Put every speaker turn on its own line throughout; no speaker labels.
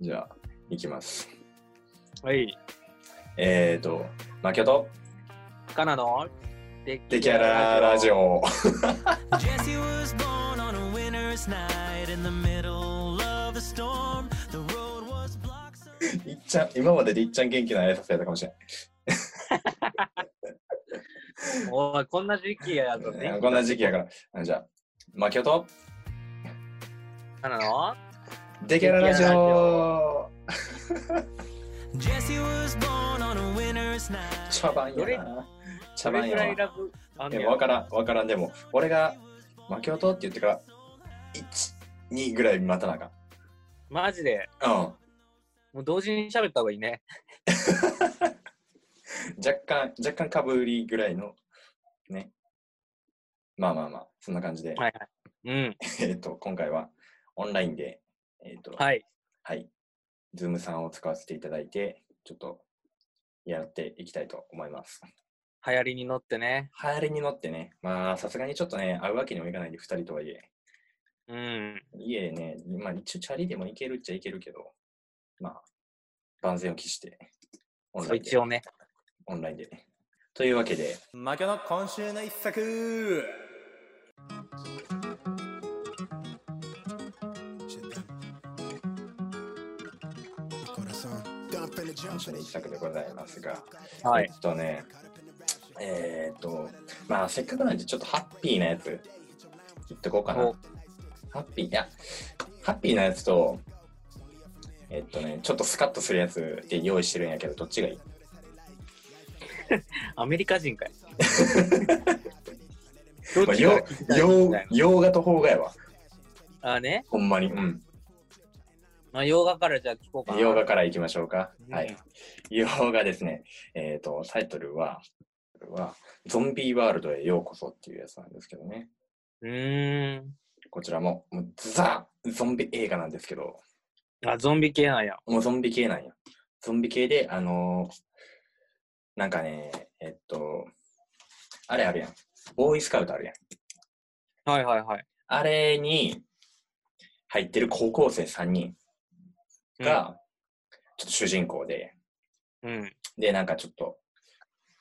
じゃあ、いきます。
はい。
えーと、マキオと
カナのデ
デキャララジ。オ。
Jesse was born on a winter's night in the middle of a storm. The road was blocked. so-
いっちゃん、今まででいっちゃん元気な挨拶やったかもしれない。
おい、こんな時期やぞ
え
ね
ー。こんな時期やから。あじゃあ、マキオと
カナの
デキャララジ
デキャララジ
オ。
Jesse was born on a winter's night.
茶番
どれ
やな。茶
どれ
番
ぐ
や
らい
わ。
ラブあん
え
ねや
わからん、わからん。でも、俺がマキオとって言ってから、1、2ぐらい待たなあかん。
マジで、
うん。
もう同時に喋った方がいいね。
若干、若干かぶりぐらいの、ね。まあまあまあ、そんな感じで、
はいうん。
えっと、今回はオンラインで、えっ、と、
はい。
はい。ズームさんを使わせていただいて、ちょっとやっていきたいと思います。
流行りに乗ってね。
流行りに乗ってね、まあ、さすがにちょっとね、会うわけにもいかないんで、2人とはいえ。
うん。
家でね、まあ、一応チャリでも行けるっちゃ行けるけど、まあ、万全を期して、オンラインで
一。応ね。
オンラインで。というわけで、
マキの今週の一作
今週の一作でございますが、
は
え
い。
っとね、えーっと、まあ、せっかくなんで、ちょっとハッピーなやつ、言っとこうかな
お。
ハッピー、いや、ハッピーなやつと、えっとね、ちょっとスカッとするやつで用意してるんやけど、どっちがいい
アメリ カ人かい。ど
ま
っ
あ、
ちが
洋
聞きたいみ
洋
たい
洋画と邦画やわ、
なあね。
ほんまに。うん。
まあ、洋画からじゃあ聞こうかな。
洋画からいきましょうか。
うん
はい。 洋画ですね、えっと、タイトルは、はゾンビワールドへようこそっていうやつなんですけどね。
うーん。
こちらも、もうザ・ゾンビ映画なんですけど、
あ、ゾンビ系なんや。
もうゾンビ系なんや。ゾンビ系で、あのーなんかね、えっと、あれあるやん。ボーイスカウトあるやん。
はいはいはい。
あれに入ってる高校生3人が、ちょっと主人公で、
うん。
で、なんかちょっと、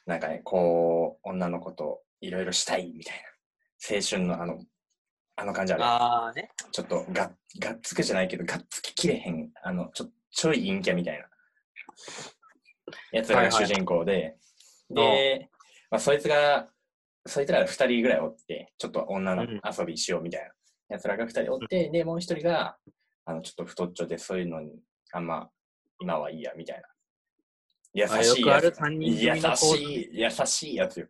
なんかね、こう、女の子といろいろしたいみたいな。青春のあの、あの感じあるやん
ああね。
ちょっとががっつくじゃないけど、がっつききれへん、あの、ちょちょい陰キャみたいなやつらが主人公で、
はいはい
で、まあ、そいつが、そいつらが2人ぐらいおって、ちょっと女の
うん
遊びしようみたいなやつらが2人おって、で、もう1人が、あの、ちょっと太っちょで、そういうのに、あんま、今はいいや、みたいな。優
あ
しい
よくあ
や
る
つ。
三人組
優
の構図
しい、優しいやつよ。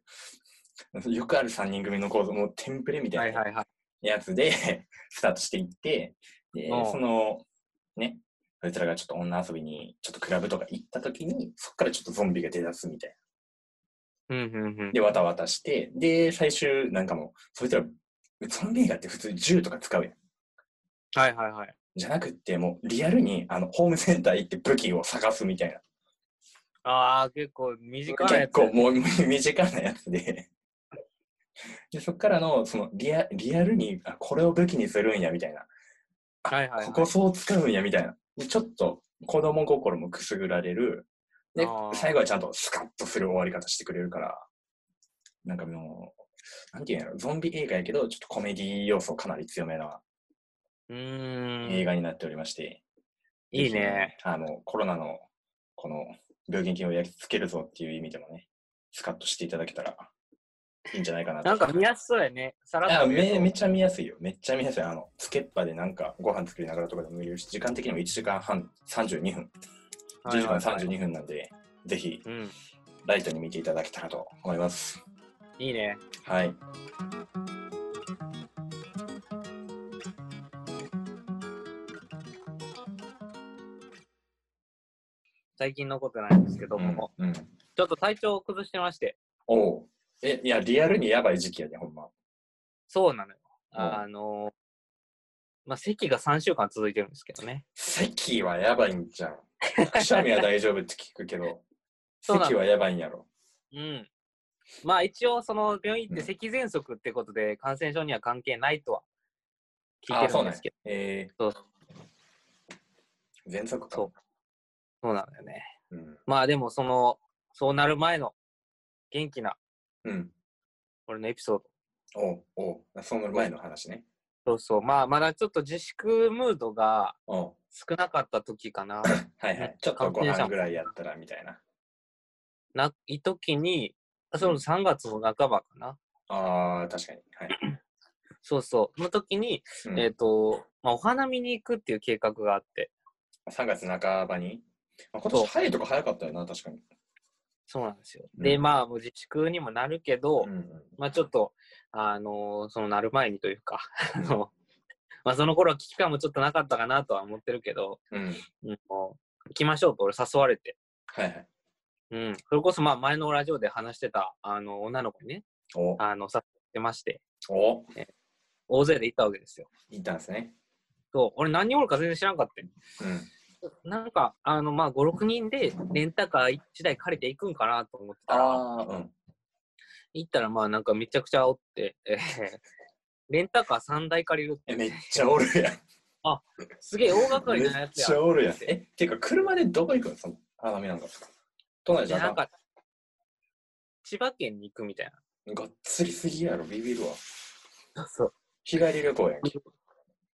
よくある3人組の構造、もうテンプレみたいな。
はいはいはい。
やつで スタートしていって、で
うん
そのね、そいつらがちょっと女遊びに、ちょっとクラブとか行った時に、そこからちょっとゾンビが出だすみたいな。
うんうんうん。
で、わたわたして、で、最終なんかもう、そいつら、ゾンビ映画って普通銃とか使うやん。
はいはいはい。
じゃなくって、もうリアルにあのホームセンター行って武器を探すみたいな。
ああ、結構短いや
結
つ。
構もう身近なやつで。 で、そこからの、そのリア、リアルに、あ、これを武器にするんや、みたいな。
はいはい、はい。
ここそう使うんやみたいな。でちょっと子供心もくすぐられる。で
あ、ー
最後はちゃんとスカッとする終わり方してくれるから、なんかもう、なんていうんやろ、ゾンビ映画やけど、ちょっとコメディ要素かなり強めな
うーん。
映画になっておりまして、
いいね。
あの、コロナのこの病原菌をやりつけるぞっていう意味でもね、スカッとしていただけたらいいんじゃないかなと
なんか見やすそうやね。さらっ
あ
と見れ
め
そう
めっちゃ見やすいよ。めっちゃ見やすい。あの、つけっぱでなんかご飯作りながらとかでも見れるし、時間的にも1時間半32分、
は
10
い
時
は
間
いはい
32分なんで、ぜひ
うん。
ライトに見ていただけたらと思います。
いいね。
はい。
最近のことなんですけども、
うんうん
ちょっと体調を崩してまして。
おうえ、いや、リアルにやばい時期やね、ほんま。
そうなのよ。
うん
あのまあ、咳が3週間続いてるんですけどね。
咳はやばいんじゃん。くしゃみは大丈夫って聞くけど、
そうなの
咳はやばいんやろ。
うん。まあ一応、その病院行って咳喘息ってことで感染症には関係ないとは聞いてるんですけど。
え
そう
喘息か。
そうそうなんだよね。
うん。
まあでも、その、そうなる前の元気な
うん。
俺のエピソード。
おうおうその前の話ね。
そうそう。まあ、まだちょっと自粛ムードが
おう
少なかった時か
は
な。
いは
う
い
ん。
ちょっとご
関係者
飯
も
ぐらいやったらみたいな。
ない時に、その3月の半ばかな。
ああ、確かに。はい。
そうそう。の時に、
うん
えっ、と、まあ、お花見に行くっていう計画があって。
3月半ばに。あ今
そう
年春とか早かったよな、確かに。
そうなんですよ。
うん
で、まあ、もう自粛にもなるけど、
うん
まあ、ちょっと、あのーそのなる前にというか、 あの、まあ、その頃は危機感もちょっとなかったかなとは思ってるけど、
うん。うん。
うん、もう行きましょうと俺誘われて、
はいはい。
うん、それこそまあ前のラジオで話してた、あの、女の子にね、
お
あの、誘ってまして、
お
大勢で行ったわけですよ。
行ったんですね。
そう、俺何人おるか全然知らんかったよ。
うん。
なんか、あの、まあ、5、6人でレンタカー1台借りて行くんかなと思ってたら、
ああ、うん。
行ったらまあなんかめちゃくちゃおって、えへへレンタカー3台借りる
え、めっちゃおるやん。
すげえ大掛かり
めっ
なやつや
ち。ゃおるやん。え、てか、車でどこ行くのその、あ、ダメなんだ。都内じゃ
で、なん
あか
か、千葉県に行くみたい
ん。がっつりすぎやろ、ビビるわ。
な。そう。
日帰り旅行やんけ。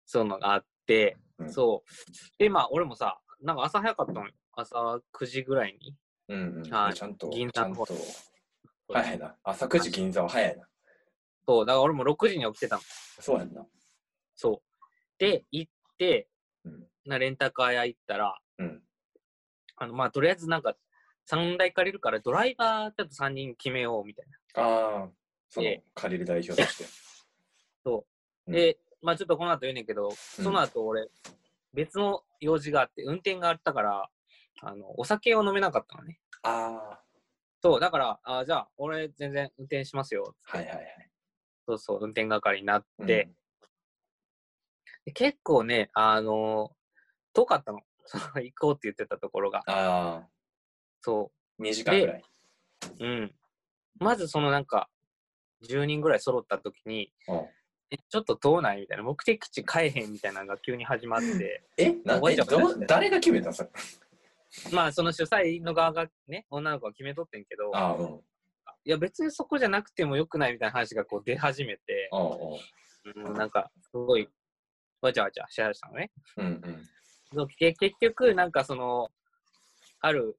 そういうのがあって、
うん
そう。で、まあ、俺もさ、なんか朝早かったのよ。朝9時ぐらいに。
うんうん。
はい
ちゃんと、
銀
ちゃ
座
ん
の
と
方。
早いな。朝9時銀座は早いな。
そう、だから俺も6時に起きてたの。
そうやんな。
そう。で、行って、
うん
なレンタカー屋行ったら、
うん。
あの、まあ、とりあえずなんか、3台借りるから、ドライバーちょっと3人決めようみたいな。
ああ、その
で、
借りる代表として。
そう。
うん
で、まあ、ちょっとこの後言うねんけど、その後俺、別の用事があって、運転があったから、あの、お酒を飲めなかったのね。
あ
そう、だから、あじゃあ、俺、全然運転しますよ。
あ、はいはいはい。
そうそう、運転係になって、
うん、
で結構ね、あの遠かったの。 その行こうって言ってたところが。
ああ、
そ
2時間ぐらい。
う。うん。まず、そのなんか、10人ぐらい揃った時に、
うん
えちょっとどうないみたいな、目的地変えへんみたいなのが急に始 まって、
え、なん
覚
で
えちゃった
どう誰が決めたんそれ。
まあ、その主催の側がね、女の子は決めとってんけど、
ああ、うん。
いや、別にそこじゃなくてもよくないみたいな話がこう出始めて、
あう
うんなんか、すごい、わちゃわちゃしだしたのね。
うんうん。
そうけ結局、なんかその、ある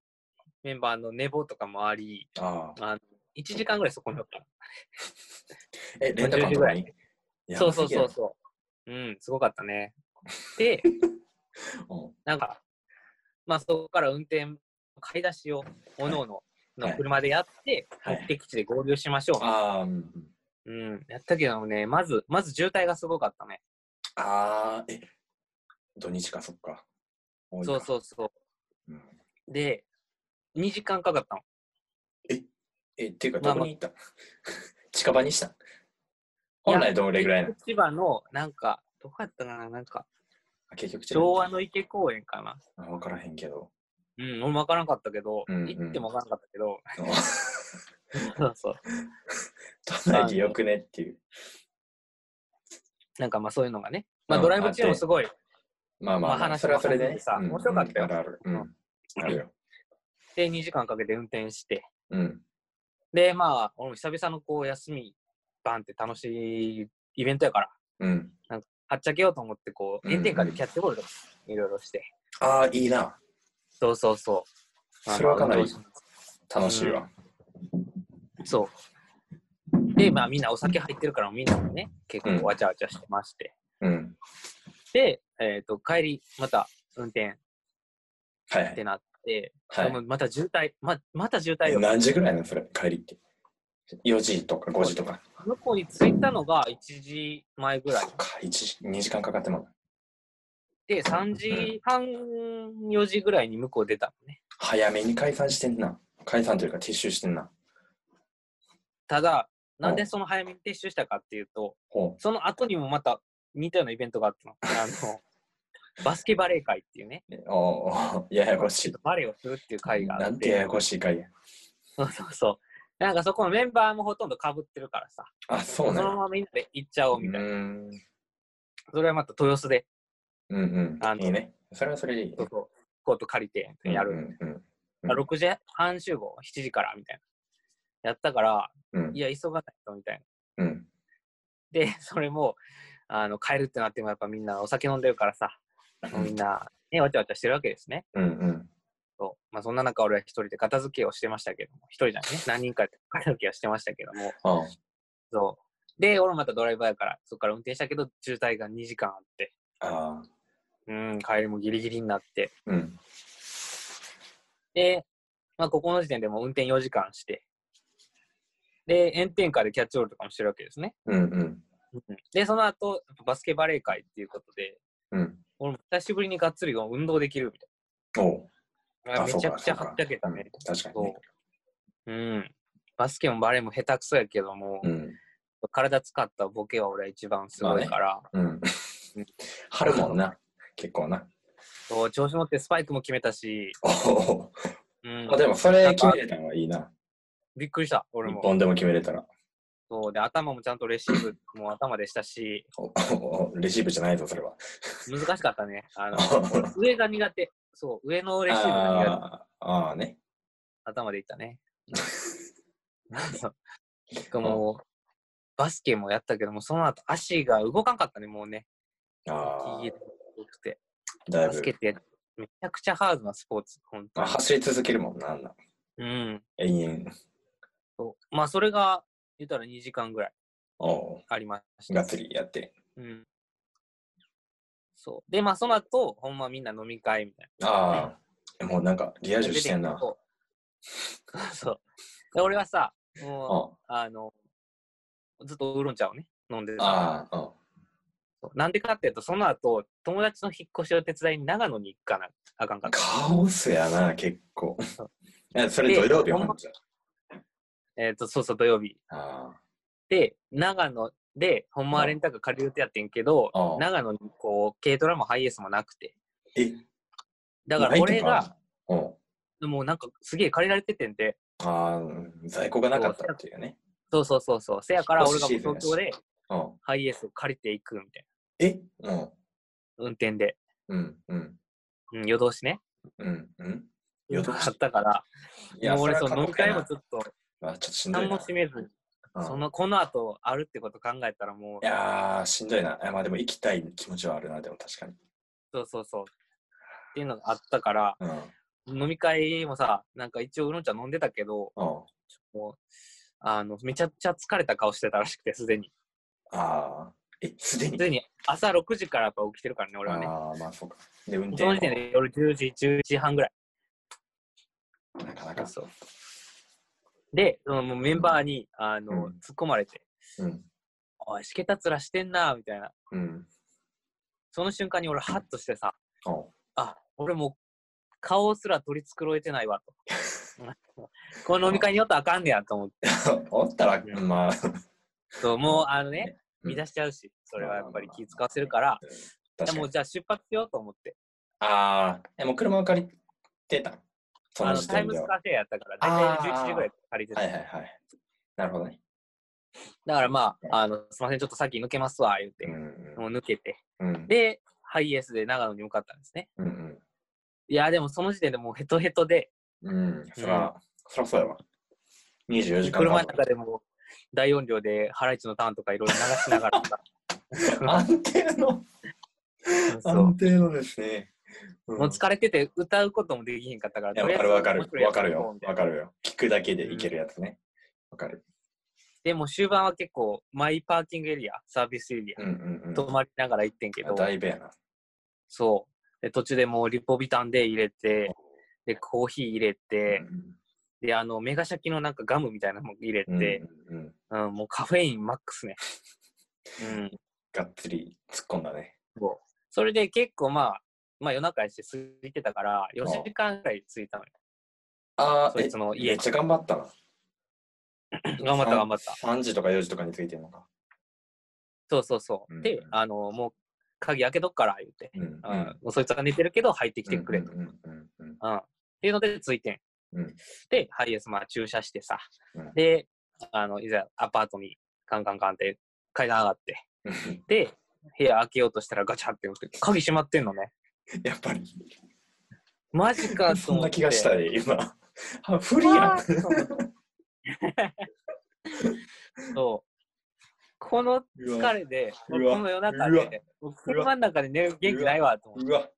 メンバーの寝坊とかもあり、
ああ。
1時間ぐらいそこにおったの。
え、レンタカーのとかにや
そう
ばす
そう
ぎや
そ
ろ
うそう。うん、すごかったね。で、
うん
なんか、まあそこから運転、買い出しを、おのおのの車でやって、
はい
目的地で合流しましょう。
ああ、うんうん。
うん、やったけどね、まず、まず渋滞がすごかったね。
ああ、え、土日か、そっか。多いか
そうそうそ
うん。
う。で、2時間かかったの。
え、っていうか、
まあ
どこに行った、 近場にした本来どれぐらいなの
千葉の、なんか、どこやったかな、なんか、
あ結局違う
昭和の池公園かな。
あ分からへんけ ど。
うん、俺も分からんかったけど、
うんうん
行っても分からんかった けど、
うん
そうそう。
都内でよくねっていう。
なんかまあそういうのがね。まあ
うん
ドライブ中もすごい。
まあまあ、
まあ話
それはそれで
も
ね。
さ
うん
面白かったよ
うんあるある。うん。あるよ。
で、2時間かけて運転して。
うん。
で、まあ、俺も久々のこう、休み、バンって楽しいイベントやから、
うん。
はっちゃけようと思って、こ
う
う、
んうん
炎天下でキャッチボールとか、いろいろして。
ああ、いいな。
そうそうそう。
それはかなり
あの運動
楽しいわ。
しそう。で、まあみんなお酒入ってるから、みんなもね、結
うん
構わちゃわちゃしてまして。
うん。
で、えっ、と、帰り、また運転
はい
ってなって、
は
でも
い。
また渋滞、ま、また渋
は
滞
い。
よ。
何時ぐらいなのそれ、帰りって。4時とか5時とか。
向こうに着いたのが1時前ぐらい
そっか、1時、2時間かかっても
で、3時半、4時ぐらいに向こう出たのね。
早めに解散してんな。解散というか撤収してんな。
ただ、なん
う
で
ん
その早めに撤収したかっていうと、
ほ
その後にもまた似たようなイベントがあったの。あの、バスケバレー会っていうね、
う。おお、 ややこしい。
バレーをするっていう会があ
な
っ
んて
て、
ややこしい会や。
そうそうそう。なんかそこのメンバーもほとんど被ってるからさ、
あ、そう
そ
な
のま
の。
まみんなで行っちゃお
う
うみたいな。
ーん。
それはまた豊洲で、
うんうん。
あの
いいね。それはそれでいいね
そう。そうコート借りてやる、
うんうんうん
6時半集合7時からみたいなやったから
うん。うん
いや急がないとみたいな
うん。
で それもあの帰るってなってもやっぱみんなお酒飲んでるからさみんな、ね、わちゃわちゃしてるわけですね
うんうん。
そうまあ、そんな中俺は一人で片付けをしてましたけども一人じゃないね何人かで片付けをしてましたけども
ああ。
そうで俺もまたドライバーやからそこから運転したけど渋滞が2時間あって
ああ。
うん帰りもギリギリになって
うん。
で、まあ、ここの時点でもう運転4時間して、で、炎天下でキャッチボールとかもしてるわけですね。
うんうん。
で、その後、バスケバレー会っていうことで、
うん。
俺も久しぶりにがっつり運動できるみ
おう。
たいな。
あ
め
そう
ち
か
ゃくちゃ
そう
は
か
っちゃけたね。
うん確かにね
そう。うん。バスケもバレーも下手くそやけども、
うん。
体使ったボケは俺は一番すごいから、
うん。張るもんな。結構な。
そう調子乗ってスパイクも決めたし、
おお。
うん
あ、でもそれ決めれたのはいいな。
びっくりした、俺
一
も。
本でも決めれたら。
そうで、頭もちゃんとレシーブも頭でしたし、
おおおレシーブじゃないぞ、それは。
難しかったね。 あの上が苦手。そう、上のレシーブが苦手。
ああ、ああね。
頭でいったね。 そうもう、バスケもやったけども、その後足が動かんかったね、もうね。
あ
よくて。
あ、だい
バスケっ
ぶ。
てめちゃくちゃハードなスポーツ、本当
あ
に。
走り続けるもんな、あんな。
うん。
永遠。
そうまあ、それが、言ったら2時間ぐらい
おお。
ありました。
がっつりやって。
うん。そう。で、まあ、その後、ほんまみんな飲み会みたいな。
ああ。もうなんか、リア充してんな。
そう そう。で、俺はさ、もう、
あ
あの、ずっとウーロン茶をね、飲んでた。
ああ、うん
なんでかっていうと、その後、友達の引っ越しを手伝いに長野に行かなあかんかった。
カオスやな、結構
そ。
えそれ土曜日
で
ほんじゃ。
えっ、と、そうそう、土曜日。
あ
で、長野で、ほんまはレンタカー借りるってやってんけど
ああ、
長野にこう、軽トラもハイエースもなくて。
ーえ、
だから
ないと
俺が、
うん。
もうなんかすげえ借りられててんで、
ああ、在庫がなかったっていうね。
そうそうそうそう。せやか
引
ら
っ
俺
越
が
しシーズンや
東
し
京で
うん。
ハイエースを借りていくみたい
えうん。
な。運転で。
うん。うん。
うん、夜通しね。
うん。うん。
あ
夜通し
ったから、
いや、
もう俺
そ
そ
れ
う、
は
飲み
過酷
会
や
も
な
ちょっと、
あちょっとしんどいな。
楽しめず、
うん
そのこの後あるってこと考えたらもう
い、やー、しんどいな。あまあでも行きたい気持ちはあるな、でも確かに。
そうそうそう。っていうのがあったから、
うん。
飲み会もさ、なんか一応うのんちゃん飲んでたけど、
うん。
もう、あの、めちゃくちゃ疲れた顔してたらしくて、すでに。
あー、え、すですに。
でに朝6時からやっぱ起きてるからね、俺はね。
あー、まあそうか。で、運
そ
転
の時点で夜10時、10時半ぐらい。
もなかなか。
そう。で、そのもうメンバーに、あの、
うん
突っ込まれて、
うん。
おい、しけたつらしてんな、みたいな。
うん。
その瞬間に俺、ハッとしてさ、
お
あ、俺もう顔すら取り繕えてな いわと。この飲み会によってあかんねやと思って。
おったら、
う
まあ、
そうもうあの
う
ね、
ん
乱しちゃうし、それはやっぱり気使わせるから、
うん
で
確か
もう
に。
じゃあ出発しようと思って。
あー、え、もう車を借りてたんそ
あ
の
の
時
タイ
点
ム
で
ズ
は。
カフェやったから、
あ
大
ー
体11時ぐらい借りてた。
はいはいはい。なるほどね。
だからまあ、あのすみません、ちょっと先抜けますわ、言うて、
うん
もう抜けて。
うん。
で、ハイエースで長野に向かったんですね。
うん。
いや、でもその時点でもうヘトヘトで、
うん。そら、そらそうやわ。24時間
車の中でも大音量でハライチのターンとかいろいろ流しな がらさ
安定の、
そう
安定のですね。うん
もう疲れてて歌うこともできへんかったから、
いや、
と
わ
りあえ
か
ず
るわかる
面。白いや
わ
つ
かる
やろう
よ
み。たいな
わかるよ。聞くだけでいけるやつね。わかる。
でも終盤は結構、マイパーキングエリア、サービスエリ
う
ア、
んうん
泊まりながら行ってんけ
う
ど
ん。、だいぶやな。
そう。で、途中でもうリポビタンで入れて、で、コーヒー入れて、で、あの、メガシャキのなんかガムみたいなのも入れ
うん
て、、
うんうん
うん、もうカフェインマック スね。うん。
がっつり突っ込んだね。
それで結構まあ、まあ夜中やして空いてたから、4時間ぐらい着い たのよ。
あ
そいつの
えめ
家
っちゃ頑張ったな。
頑張った頑張った。
3時とか4時とかについてるのか。
そうそうそう。
うん
で、あの、もう鍵開けとくから言って、
うん。うん
うんもうそいつが寝てるけど入ってきてくれと。
うんうんうん
うんっていうのでついてん。
うん
で、ハイエースまあ駐車してさ、
うん
で、あの、いざアパートにカンカンカンって階段上がって、
うん。
で、部屋開けようとしたらガチャって言って、鍵閉まってんのね。
やっぱり。
マジか と
そん
思っ
な
て。
気がしたね、今。あ不利や
わ
ん。
ーと思って そう。この疲れで、こ
うわ
の夜中
うわ
で、僕車の中で寝る元気ないわと思っ
うわ。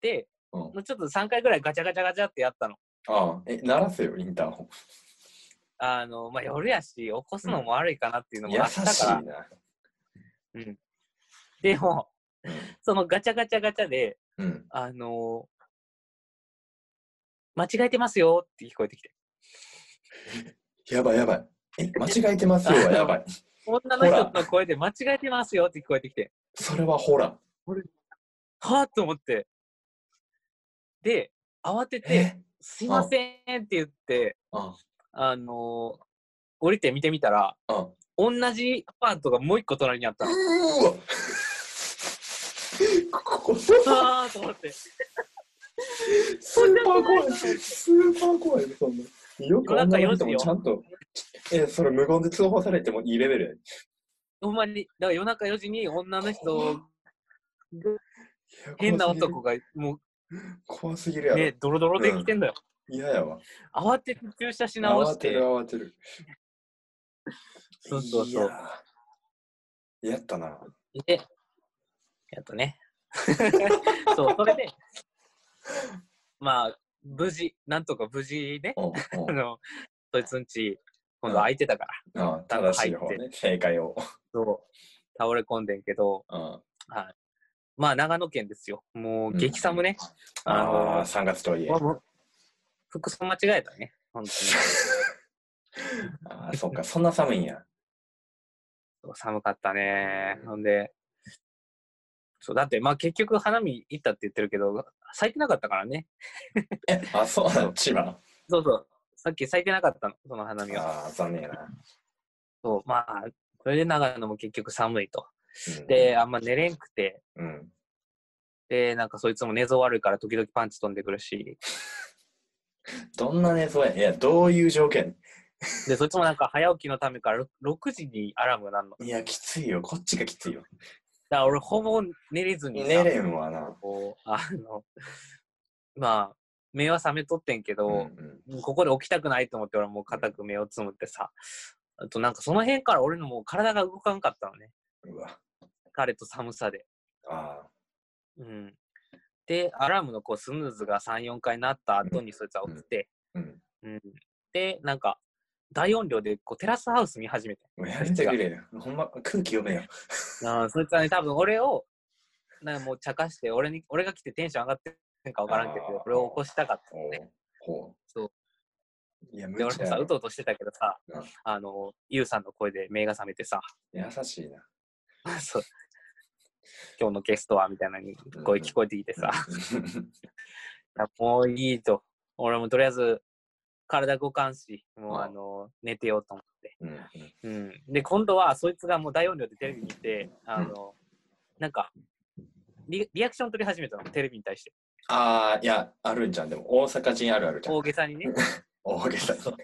て、
うん、
もうちょっと3回ぐらいガチャガチャガチャってやったの。
ああ、え、鳴らせよ、インターホン。
あの、まあ、夜やし、起こすのも悪いかなっていうの
優
もあった
しい
から、
な。
でも
うん、
そのガチャガチャガチャで、
うん。
あの間違えてますよって聞こえてきて。
やばいやばい。え、間違えて ますよ、やばい。
女の人の声で間違えてますよって聞こえてきて。
それはホラー。
はぁと思って。で、慌てて、
え
すいませんって言って、
あ
あの降りて見てみたら、
あ、あ
同じアパートがもう一個隣にあっ たの。
うーわここス
あーと思って。
ーパー怖いスーパー怖いそんなよく
夜
女の
中4
人
時
も
よ
ちゃんとえそれ無言で通報されてもいいレベルや
ほんまに、だから夜中4時に女の人、
いや
変な男がも
怖すぎる
う
やろ
ね、ドロドロで来てんだよ。
嫌やわ
慌てて駐車し直し
慌て
て
る、慌てる
そうそうそう
いやーやったな
で、やっとね。 そう、そ れで、まあ、無事、なんとか無事ね、
おうおう
あの、そいつんち、今度
うん
空いてたから、
ああ正しい方ね正解を
そう、倒れ込んでんけど、
あ
まあ、長野県ですよ。も
う
う、
ん
激寒ね。あの
あー3月とはいえ
もう服装間違えたね。本
あーそっかそんな寒いんや
当に寒かったね。ほんで、そう、だって、まあ、結局、花見行ったって言ってるけど、咲いてなかったからね。
え あそうなの千葉
そうそう、さっき咲いてなかったの、その花見は。
ああ残念やな
そう、まあ、それで長野も結局寒いと。
うん
で、あんま寝れんくて、
うん
で、なんかそいつも寝相悪いから時々パンチ飛んでくるし、
どんなね、それ。いや、どういう条件
で、そいつもなんか早起きのためから 6, 時にアラームなんの。だか
いや、きついよ。こっちがきついよ。
ら俺ほぼ寝れずに
寝
さ
れんわな。
こう、あの、まあ、目は覚めとってんけ
うんう
ど、
ん
ここで起きたくないと思って俺はもう固く目をつむってさ、あとなんかその辺から俺のもう体が動かんかったのね。
うわ。
疲れと寒さで。
あ
うん。で、アラームのこうスヌーズが3、4回なった後にそいつは起きて、
あ。うん。
うん、で、なんか、大音量でこうテラスハウス見始めて。
もうやめてくれよ。ほんま、空気読めよ。
あーそいつはね、多分俺を、なんかもう茶化して、俺に、俺が来てテンション上がってるんか分からんけ
あー
ど、俺を起こしたかった
お
の
う
ね。。
ほう。
そう。
いや、無
で、俺
茶
も
や
さ、
ろ
うとうとしてたけどさ
うん、
あの、ゆうさんの声で目が覚め てさ、
優しいな。
そう今日のゲストは、みたいなに声聞こえてきてさ、もういいと。俺もとりあえず、体動かんし、もうあの、寝てようと思って。
うん。うん
うん、で今度はそいつがもう大音量でテレビ見てあの、なんかリリアクション取り始めたのテレビに対して
ああ、いや、あるんじゃん。でも、大阪人あるあるじゃん。
大げさにね
大げさに。
そう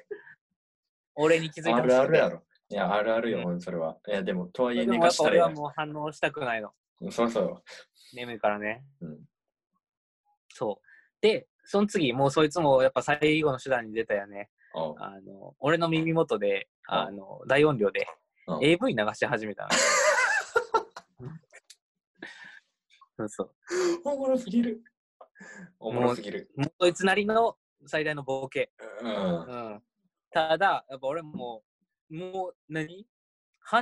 俺に気づいて
あ
ほしくて
るあるやろ。いや、あるあるよ、それは。いや、でも、とはいえ、
でも
寝
や
か
っ
し
ぱ
た
俺
ら
はい
い
もう反応したくないの
な。そうそう。
眠いからね
うん。
そうでその次もうそいつもやっぱ最後の手段に出たよね
おう
あの俺の耳元であの大音量で
うん
AV 流し始めたのそうそう
おもろすぎる。おもろすぎる。
もうそいつなりの最大のボケ
うん。
うんただ、やっぱ俺も、もう何、反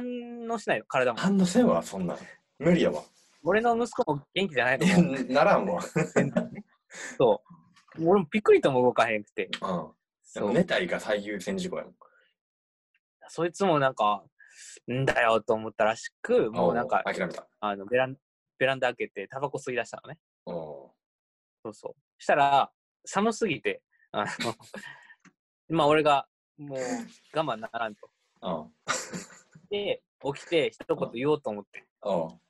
応しないの、体も。
反応せんわ、そんなん。無理やわ。
俺の息子も元気じゃないの
いや
もう、
ならんわ。
そう。俺もピクリとも動かへんく
う
て。
ん。で
そ
も
う
寝たいが最優先事項やもん。
そいつもなんか、んだよと思ったらしく、もうなんか
お、諦めた。
あのベランベランダ開けて、タバコ吸い出したのね。
お
そうそう。したら、寒すぎて、あの、 まあ俺が、もう我慢ならんと。
うん。
で、起きて、一言言おうと思って。
おう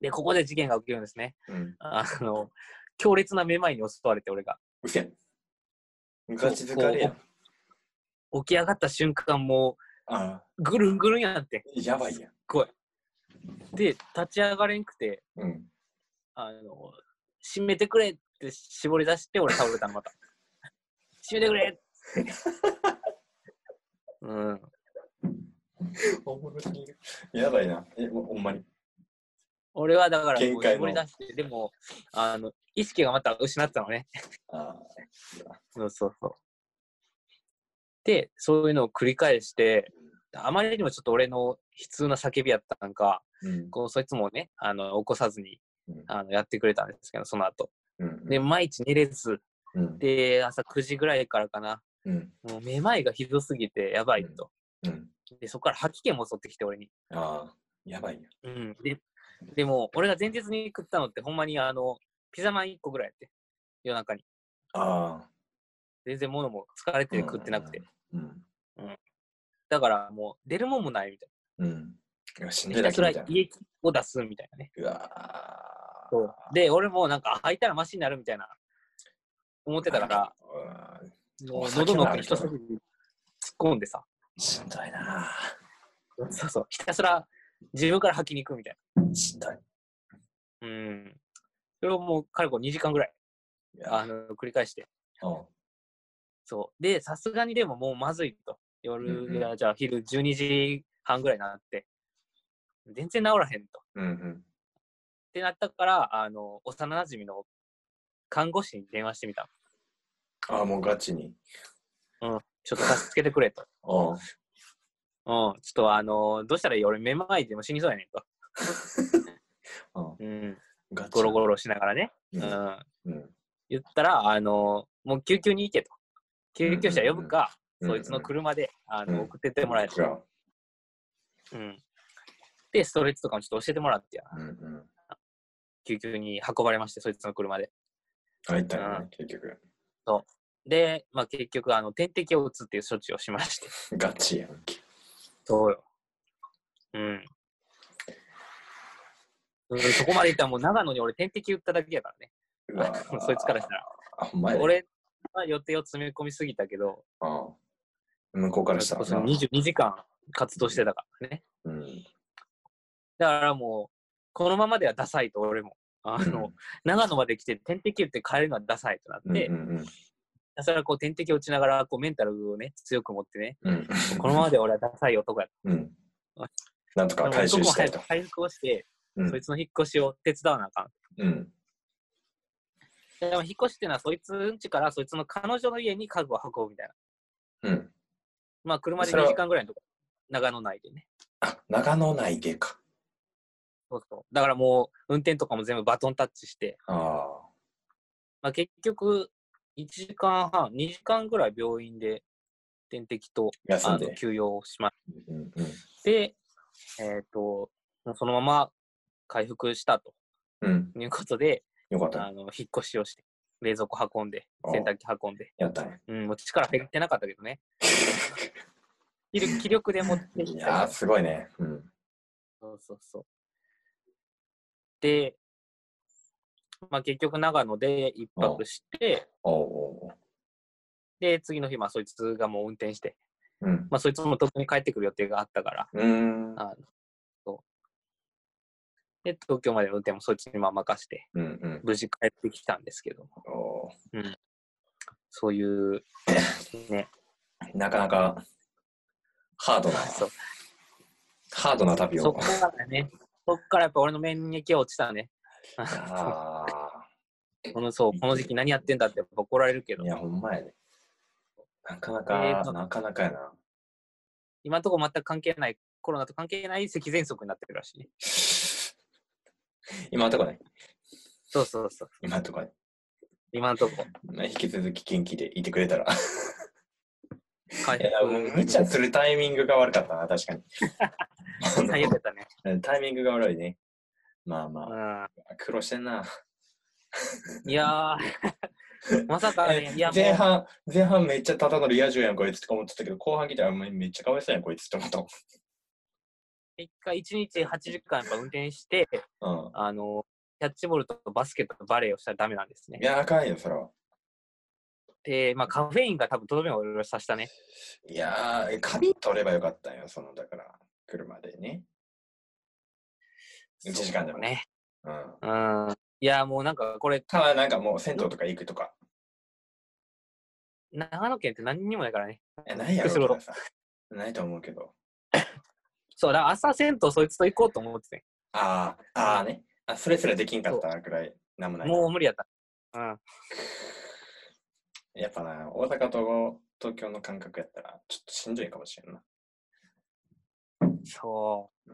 で、ここで事件が起きるんですね。
うん。
あの、強烈なめまいに襲われて、俺が。
うせん。ガチ疲れやん。
起き上がった瞬間も
あ
うぐるんぐるんやなって
やばいやん。
で立ち上がれんくて
うん。
あの、閉めてくれって絞り出して、俺倒れたの、また。閉めてくれうん。
おもろすぎるやばいな。え、ほほんまに。
俺はだから、も
限
う
界の
絞り出して、でも、あの、意識がまた失ってたのね。
あ
そうそうそう。で、そういうのを繰り返して、あまりにもちょっと俺の悲痛な叫びやったんか、
ーうん。
こうそいつもね、あの起こさずに
うん
あのやってくれたんですけど、その後。
うん
で、毎日寝れず、
うん
で、朝9時ぐらいからかな、
うん。
もうめまいがひどすぎて、やばいと。
うん。
で、そこから吐き気も襲ってきて、俺に。
ああ、やばいよ。
うん。で、でも、俺が前日に食ったのって、ほんまにあの、ピザマン1個ぐらいやって、夜中に。
ああ。
全然物も疲れて食ってなくて。
うん。
だからもう、出るもんもないみたいな。
うん。いや死ん
ひ
で
た
たけ
すら
みたいな。
胃液を出すみたいなね。
うわー
で、俺もなんか、吐いたらマシになるみたいな、思ってたから、
うわー
もう
お酒
喉の
もあ
奥に
るけ
人
ど
差し指突っ込んでさ、
しんどいな
そうそう、ひたすら自分から吐きに行くみたい
ーしんどい。
な。うん。それをもう、かれこ2時間ぐらい、
いや
あの、繰り返して。
うん
そう。で、さすがにでももうまずいと。夜、
うんうん
いやじゃあ昼12時半ぐらいになって、全然治らへんと。っ
うんうん。
てなったから、あの、幼馴染の看護師に電話してみた。
ああ、もうガチに。
ちょっと助けてくれと。
ああ。
うん、ちょっとあのーどうしたらいい俺めまいでも死にそうやねんと。
うん
うん、
ガチ。
ゴロゴロしながらね。
う。
うんん、
うん
言ったら、あのーもう救急に行けと。救急車呼ぶか、
うんうんうん
そいつの車で、あの
うん
送ってってもらえと、うん。で、ストレッチとかもちょっと教えてもらってや
うんうん。
救急に運ばれまして、そいつの車で。
入ったよね、結局。
で、まあ、結局、あの点滴を打つっていう処置をしま して。
ガチやんけ。
そうよ。うん。うん、そこまでいったらもう長野に俺点滴打っただけやからね。
うわー
そいつからしたら。
あ、ほんまやで。
俺は予定を詰め込みすぎたけど、
ああ向こうからしたら
そ
な
の。22時間活動してたからね。
うん。
だからもう、このままではダサいと、俺も。あの、長野まで来て点滴打って帰るのはダサいとな
うん、
って、
うんうん
だからこう点滴打ちながら、こうメンタルをね、強く持ってね、
うん。
このままで俺はダサい男やと。
うん。なん とか回
男
収
も
したい
早
と
く。回復をして、
うん
そいつの引っ越しを手伝わなあかん。
うん。
でも引っ越しっていうのは、そいつん家からそいつの彼女の家に家具を運ぶみたいな。
うん。
まあ、車で
それは
2時間ぐらいのとこ、長野内でね。
あ、長野内でか。
そうそう。だからもう、運転とかも全部バトンタッチして、
あ
まあ、結局、1時間半、2時間ぐらい病院で点滴と
あ。休
あ
ん
の
で。
休養をしまし
うんうん。
て、えっともうそのまま回復したと
うん。
いうことで、
よかった
あ
ね。
の引っ越しをして、冷蔵庫運んで、
ああ
洗濯機運んで、
やったね。
うん、もう力減ってなかったけ どね。気力気力で持ってき
いや
た
ー、すごいね。うん。
そうそうそう。で、まあ、結局長野で一泊して、
おうおうおう。
で、次の日、まあ、そいつがもう運転して、
うん。
まあ、そいつも東京に帰ってくる予定があったから、
うーん。
あのそうで、東京までの運転もそいつにまあ任して、
うんうん。
無事帰ってきたんですけど、
お
そういう、ね、
ーなかなか、ハードな、
そう
ハードな旅
そ
を
こ。からね、そこからやっぱ俺の免疫が落ちたね。
ああ。
このそうこの時期何やってんだってやっぱ怒られるけど
い、や、ほんまやで。なかな
え
か
ー、と
なかなかやな。
今のところ全く関係ない、コロナと関係ない咳喘息になってるらしいね。
今のとこね。
そうそうそう、
今のとこね。
今のとこ
まあ引き続き元気でいてくれたら。
回
いや、もう無茶するタイミングが悪かったな、確かに。
最悪だったね。
タイミングが悪いね。まあまあ、
う
苦労してんな。
ん、いや ー、まさかね、いやもう
前半、前半めっちゃただのリア充やん、こいつとか思ってたけど、後半来たらめめっちゃかわいそうやん、こいつって思ったも
一回一日8時間やっぱ運転して、
ん。うん。
あの、キャッチボールとバスケットとバレーをしたらダメなんですね
い。や、あかんよ、それは。
で、まあカフェインが多分とどめを俺さしたね。
いやー、紙取ればよかったんよ、その、だから、車でね。1時間でも。
ね。
うん。
うん。いや、もうなんかこれ、
ただなんかもう銭湯とか行くとか。
長野県って何にもないからね。
え、ないやろ
むしろ
けどさ。ないと思うけど。
そう、だから朝銭湯そいつと行こうと思ってて。
ああ、ああね。あ、それすらできんかったくらい、なんもない。
もう無理やった。うん。
やっぱな、大阪と東京の感覚やったら、ちょっとしんどいかもしれんな。
そう。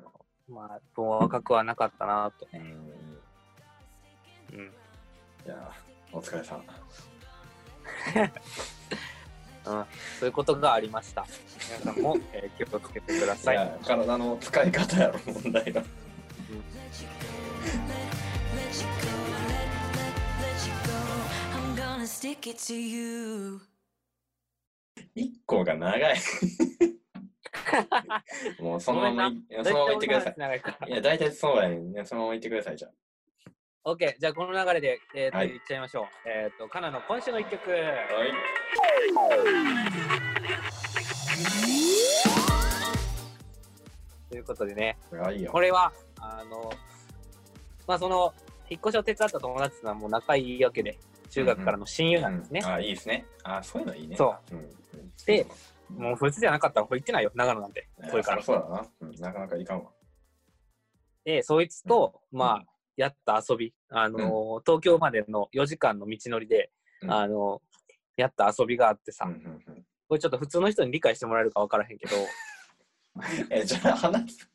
まあ、もう若くはなかったなと。
うん。
うん。
いやー、お疲れさん。
そういうことがありました。皆さ んも、えー気をつけてくだ
い
さい。
や、体の使い方やろ、問題が。
Let you go, let, let, let you go. I'm gonna stick it to you.
一個が長 い。もうそのままい、いやそのまま行ってください。
長いから
いや、大体そうやねんいやそのまま行ってください、じゃあ。
OK、じゃあこの流れで、えーと
はい
言っちゃいましょう。えっ、と、カナの今週の一曲。
はい。
ということでね、
これはいいよ。
これは、あの、まあその、引っ越しを手伝った友達っていうのはもう仲いいわけで、中学からの親友なんですね
う。んああ、いいですね。ああ、そういうのいいね。。
そう
ん、
でもうそいつじゃなかったらこれ行ってないよ、長野なんて。
うん、
これから。
そうだな、うん。なかなかいかんわ。
で、そいつと、ま
うん
あ、やった遊び、あのー東京までの4時間の道のりで、
うん
あのーやった遊びがあってさ、
うんうんうん、
これちょっと普通の人に理解してもらえるか分からへ んけど、
え、じゃあ話す。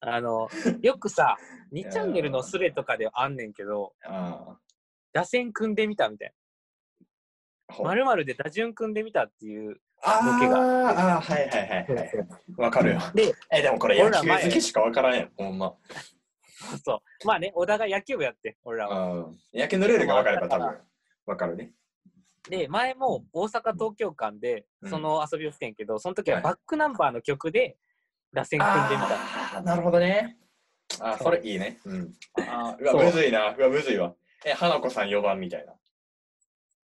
あのーよくさ、2チャンネルのスレとかではあんねんけど、
あ
打線組んでみたみたい
あ、ほ
な。まるまるで打順組んでみたっていう。
あ
ボケ
が。ああ、はいはいはいはい。わかるよ。
で、
え、でもこれ
俺
野
ら
球
前
好きしかわからんやん、ほんま。
そう。まあね、小田が野球部やって、俺らは。
うん。野球のルールがわかれば多
まあ
分、わかるね。
で、前も大阪東京間で
うん
その遊びをしてんけど、その時ははいバックナンバーの曲で打線組んでみた。
ああ、なるほどね。ああ、それいいね。うん。ああ、うわ、
そう
むずいな。うわ、むずいわ。え、花子さん4番みたいな。い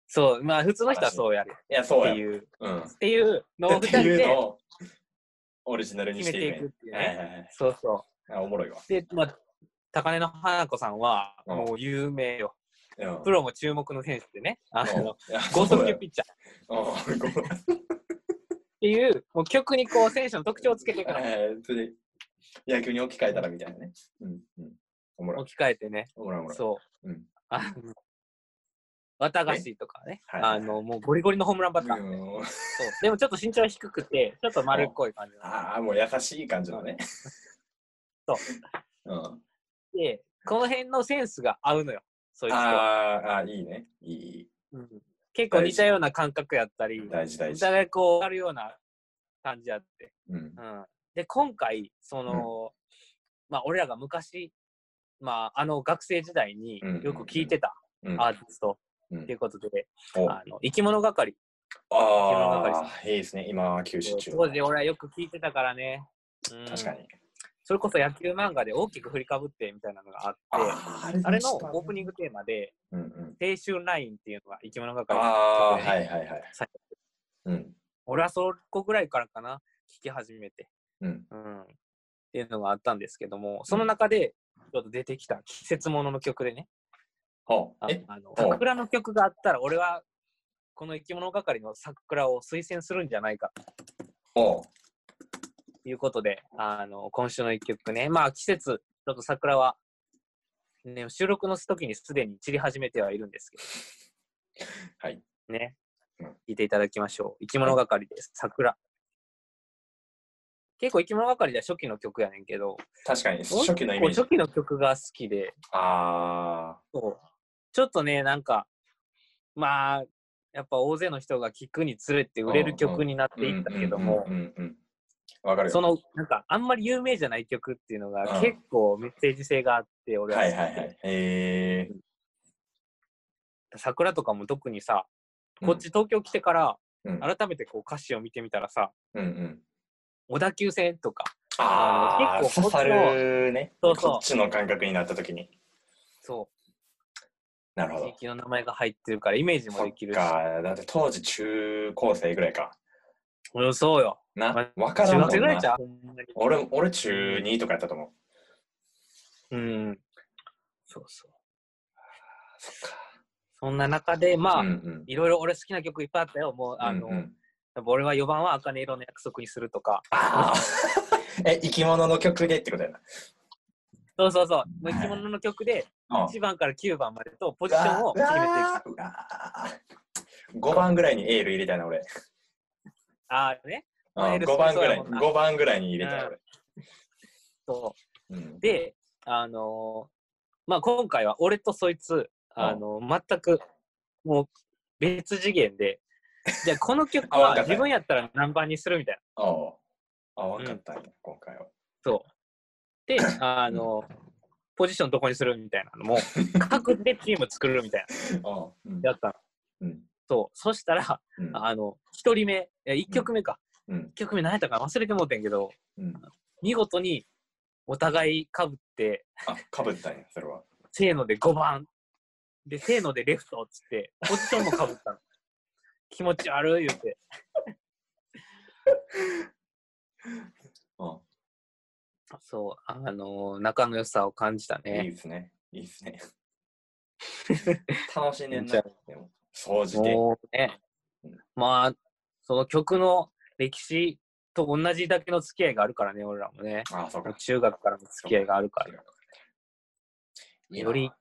そう、まあ普通の人はそうやるっ
や、そう
て
や。
いう、
うん。
っていうのを
っ
二
て
人
いう
で
のをオリジナルにし
決
て
め
い
てい
く
くっていう
はいはい
ね。
はい
そうそ
あおもろいわ。
う。で、まあ、高根の花子さんは
うん
もう有名よ。
うん
プロも注目の選手でね、あ
うん
の、
いや
剛
そう
速
だ
球
よ
ピッチャーっ
うんごめん
ていう、もう曲にこう選手の特徴をつけていくの
えーそれで野球に置き換えたらみたいなね。うんうん。おもろい。
置き換えてね、
おもろいおもろい。
そう。
うん
あの、綿菓子とかね、
えはいはい
あの、もうゴリゴリのホームランバッター、
うん
そう。でもちょっと身長は低くて、ちょっと丸っこい感じな
ああ、もう優しい感じのね。
そう
うん。あ
んで、この辺のセンスが合うのよ、そいつと。
あ、あーいいね。いい。
うん結構似たような感覚やったり、
大事大
お
事。
互いこう、あるような感じやって。
うん
う。ん、で、今回、その、まあ、俺らが昔、まあ、あの学生時代に
うん
よく聴いてた
うん
アーティスト
うん
っていうことで、
お
あの生き物係、
ああ、いいですね。今、休止中。
当時俺はよく聴いてたからね。うん
確かに。
それこそ野球漫画で大きく振りかぶってみたいなのがあって、
あー
あれのオープニ
ング。
ングテーマで、
うんうん。
青春ラインっていうのが生き物
あ
係
あ、
の
は
曲
い
でね
はいはい。
最初
うん。
俺はそこぐらいからかな、聴き始めて、
うん。
うん、っていうのがあったんですけども、その中でちょっと出てきた季節ものの曲でね、
ほう
あ
え、
あの
お
桜の曲があったら、俺はこの生き物係の桜を推薦するんじゃないか
ほう。
ということで、あの今週の一曲ね、まあ季節、ちょっと桜は、ね、収録の時にすでに散り始めてはいるんですけど、
はい。
ね
うん、
聞いていただきましょう。生き物係です、桜。結構生き物係では初期の曲やねんけど、
確かに、初期のイメージ
初。期の曲が好きで、
あ
そうちょっとね、なんか、まあ、やっぱ大勢の人が聴くにつれて売れる曲になっ
あ。
ていったけども
う、んうんうんうんうん。わかるよ。
その、なんか、あんまり有名じゃない曲っていうの
う
が
ん
結構メッセージ性があって、俺は
は
好き
い
で、
はいはい。え
桜とかも特にさ、
ー。
こっち東京来てから、
うん、うん
改めてこう歌詞を見てみたらさ、
うんうん。
小田急線とか、
ああ、
結
結構
構こっ
刺
ちの
さるね。
そうそう
こっちの感覚になった時に。
そ
なる
う、
ほ
地
ど。
域の名前が入ってるからイメージも
そっ
できるし。
か、だって当時中高生ぐらいか。
うん、そうよ。ま
な、わから
中
んも
学生
ん
ぐらい
な
じ。ゃうほんまに
俺も、俺中2とかやったと思
うん。そうそう。そんな中で、まあ、
うんうん
いろいろ俺好きな曲いっぱいあったよ。もう、あの、
うんうん
俺は4番は茜色の約束にするとか。
あ ーえ、生き物の曲でってことやな。
そうそうそう。もう生き物の曲で、
うん
1番から9番までとポジションを決めていく。
5番ぐらいにエール入れたいな、俺。
ああ、ね。
うん
エール
5番ぐらい
そうや
に、
もんな
5番ぐらいに入れたいな、俺。。
そううんで、あのーまあ今回は俺とそいつ、あのー全く、もう別次 元で、じゃあこの曲
あわ
は
かった
自分やったら何番にするみたいな。
あーあ、わかったんや、今回は。
で、あの、ポジションどこにするみたいなのも、各でチーム作るみたい
あーうん
な、やったの。
うん
そう。そしたら、
うん
あの、一人目、え、一曲目か。
うん
一曲目何やったか忘れてもうてんけど、
うん
見事にお互いかぶって、
あ、かぶったんや、それは。
せーので5番。で、せーのでレフトっつって、ポジションもかぶったの。 気持ち悪い言うて。
あ
そう、あの、仲の良さを感じた
いい
ね。
ですね。いいですね。楽しんでん
じゃ
な
あ。
でも、掃除で。
もうね、まあ、その曲の歴史と同じだけの付き合いがあるからね、俺らもね。
あ、そうか。
中学からの付き合いがあるから。
いいな
より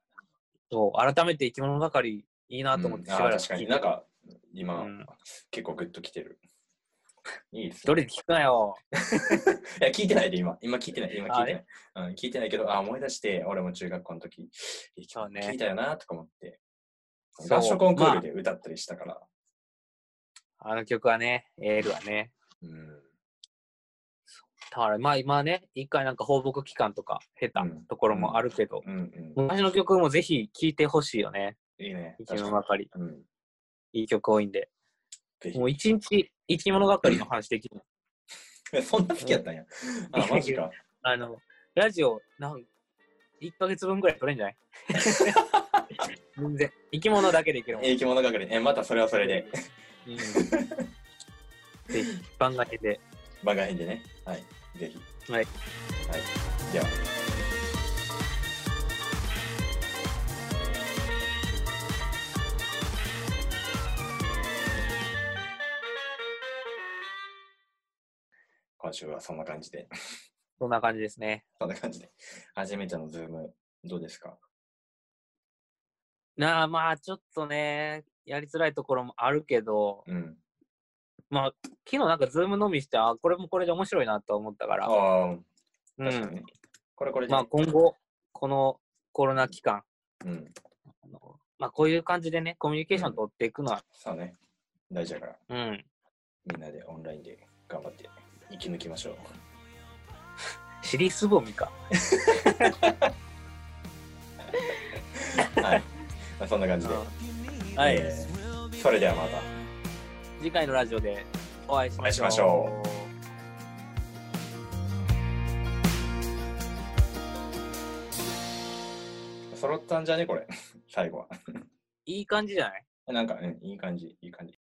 そう、改めて生き物ばかりいいなと思って
うん
し
あ
ばらく
確か
聞い
に
て
なん
た。
か今、
うん
結構グッときてる。いいです
ど
ね。
れで聞くなよ。
いや聞いてないで今、今聞いてない、今聞い
あ
て
れ
ない。うん、聞いてないけど、あ思い出して、俺も中学校の時、いい曲
そうね
聞いたよなとか思って。
そう
合唱コンクールで歌ったりしたから。
あの曲はね、エールはね。
うん
だからまあ今ね、一回なんか放牧期間とか経た
うん
ところもあるけど、
うんうん。
昔の曲もぜひ聴いてほしいよね。
いいね。
生き
確か
物
に
ばかり。
うん。
いい曲多いんで。
ぜひ
もう一日生き物ばかりの話できる。
えそんな好きやったんや。あ、マジか。
あの、ラジオ、なん、1ヶ月分ぐらい取れ んじゃない全然。生き物だけでいけるもん。
え生き物係。え、またそれはそれで。
うん、ぜひ、番外編で。
番外編でね。はい。ぜひ。
は
は
い。
い。では。今週はそんな感じで、
そんな感じですね。
そんな感じで、初めてのズーム、どうですか
なあ、まあ、ちょっとね、やりづらいところもあるけど、
うん。
まあ、昨日なんかズームのみして、あ、これもこれで面白いなと思ったか
あ
ら、
あ、
う
確かに
ん
ね。これこれで
ま
ね、
あ、今後、このコロナ期間、
うん。
あのまあ、こういう感じでね、コミュニケーション取っていくのは、
そうね。大事だから、
うん、
みんなでオンラインで頑張って生き抜きましょう。
尻すぼみか。
はい。まあ、そんな感じで。
はい
えーそれではまた。
次回のラジオでお会いし
お会
ま
い
し
し
ょう。
ましょ揃ったんじゃねこれ。最後は。
いい感じじゃない
なんか、うん、いい感じ、いい感じ。